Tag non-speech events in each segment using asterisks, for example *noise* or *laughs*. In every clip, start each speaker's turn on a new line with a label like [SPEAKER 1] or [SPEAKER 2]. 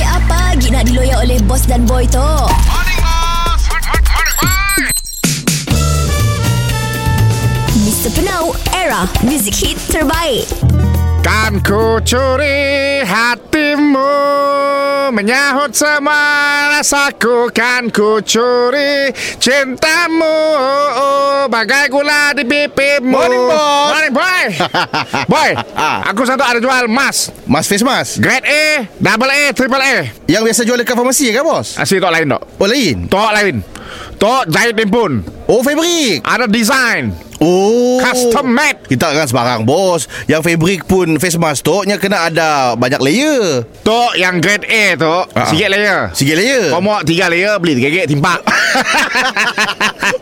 [SPEAKER 1] lagi nak diloyak oleh bos dan boy tu? Mr. Penau, era music hit terbaik.
[SPEAKER 2] Kan ku curi hatimu Menyahut semua rasaku Kan ku curi cintamu oh, oh, Bagai gula di pipimu
[SPEAKER 3] Morning, Ah. boss.
[SPEAKER 2] Morning
[SPEAKER 3] *laughs*
[SPEAKER 2] boy Boy Aku satu ada jual emas
[SPEAKER 3] Mas Face Mas
[SPEAKER 2] Grade A Double A Triple A
[SPEAKER 3] Yang biasa jual dekat farmasi ke bos?
[SPEAKER 2] Asyik tok lain tok
[SPEAKER 3] Oh lain
[SPEAKER 2] Tok lain Tok jahit timpun
[SPEAKER 3] Oh fabric
[SPEAKER 2] Ada design
[SPEAKER 3] Oh
[SPEAKER 2] Custom made
[SPEAKER 3] Kita kan sebarang bos Yang fabric pun face mask tu Nya kena ada banyak layer
[SPEAKER 2] Tok yang grade A tu
[SPEAKER 3] Ah.
[SPEAKER 2] Sikit layer
[SPEAKER 3] Sikit layer
[SPEAKER 2] Komok tiga layer Beli tiga gig timpak
[SPEAKER 3] *laughs*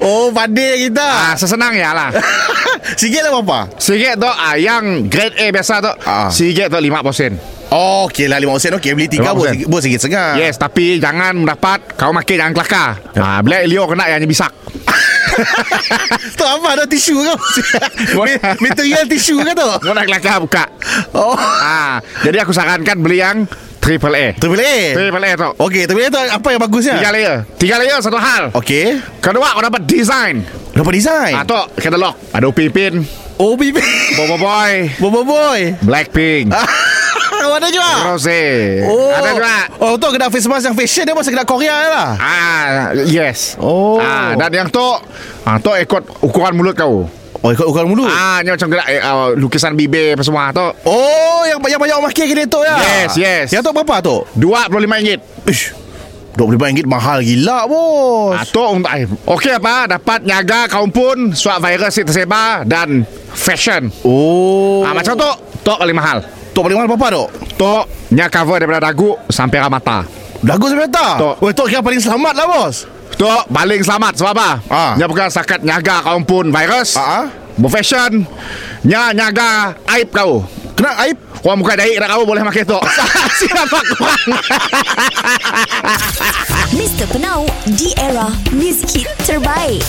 [SPEAKER 3] Oh
[SPEAKER 2] Ah,
[SPEAKER 3] pandai kita
[SPEAKER 2] sesenang ya lah
[SPEAKER 3] *laughs* Sikit lah berapa?
[SPEAKER 2] Sikit tu ah, Yang grade A biasa tu
[SPEAKER 3] Ah.
[SPEAKER 2] Sikit tu 5% sen.
[SPEAKER 3] Oh okey lah 5 sen Okey beli 3
[SPEAKER 2] Lima
[SPEAKER 3] bos,
[SPEAKER 2] sen.
[SPEAKER 3] sikit- bos sikit sengah
[SPEAKER 2] Yes tapi Jangan mendapat Kau makin jangan kelakar
[SPEAKER 3] Ya.
[SPEAKER 2] ah, Bila Leo kena yang bisak
[SPEAKER 3] Tu apa ada tisu ke
[SPEAKER 2] *laughs*
[SPEAKER 3] Ma- *laughs* Material tisu ke tu
[SPEAKER 2] Kau nak kelakar buka
[SPEAKER 3] Oh
[SPEAKER 2] ah, Jadi aku sarankan Beli yang Triple A
[SPEAKER 3] Terpilih layer
[SPEAKER 2] Triple A tu
[SPEAKER 3] Okey terpilih tu apa yang bagusnya
[SPEAKER 2] Tiga layer Tiga layer satu hal
[SPEAKER 3] Okey
[SPEAKER 2] Kedua kau dapat design
[SPEAKER 3] Dapat design
[SPEAKER 2] ah, Tu katalog Ada Upipin
[SPEAKER 3] Oh bibi
[SPEAKER 2] Bobo Boy
[SPEAKER 3] *laughs* Bobo boy
[SPEAKER 2] Blackpink
[SPEAKER 3] *laughs* Mana juga
[SPEAKER 2] Rose
[SPEAKER 3] Ah. Oh.
[SPEAKER 2] Ada juga
[SPEAKER 3] Oh, tu kedai face mask yang fashion dia masa kedai Korea lah.
[SPEAKER 2] Ah, yes.
[SPEAKER 3] Oh.
[SPEAKER 2] Ah, dan yang tu, ah tu ikut ukuran mulut kau.
[SPEAKER 3] Oh, ikut ukuran mulut.
[SPEAKER 2] Ah,
[SPEAKER 3] Ah.
[SPEAKER 2] ni macam gerak eh, ah, lukisan bibir apa semua tu.
[SPEAKER 3] Oh, yang yang banyak makin kedai tu ya.
[SPEAKER 2] Yes, yes.
[SPEAKER 3] Yang tu berapa tu?
[SPEAKER 2] RM25.
[SPEAKER 3] Ish. RM25 mahal gila bos.
[SPEAKER 2] Ah, tu untuk ai. Okey apa? Dapat nyaga kaum pun suap virus yang tersebar dan fashion.
[SPEAKER 3] Oh.
[SPEAKER 2] Ah, macam tu, tu paling mahal.
[SPEAKER 3] tu paling mahal berapa tu?
[SPEAKER 2] Tu nya cover daripada dagu sampai ke mata.
[SPEAKER 3] Dagu sebentar.
[SPEAKER 2] Tok.
[SPEAKER 3] Oh, tu kira paling selamat lah bos.
[SPEAKER 2] Tu paling selamat sebab apa?
[SPEAKER 3] Ah.
[SPEAKER 2] Nya bukan sakat nyaga kaum pun virus.
[SPEAKER 3] Ah, ah.
[SPEAKER 2] Berfashion. Nya nyaga aib kau.
[SPEAKER 3] Kena aib.
[SPEAKER 2] Orang bukan daik nak kau boleh pakai tu. *laughs* Siapa kurang?
[SPEAKER 1] Mr. Penau, di era music hit terbaik.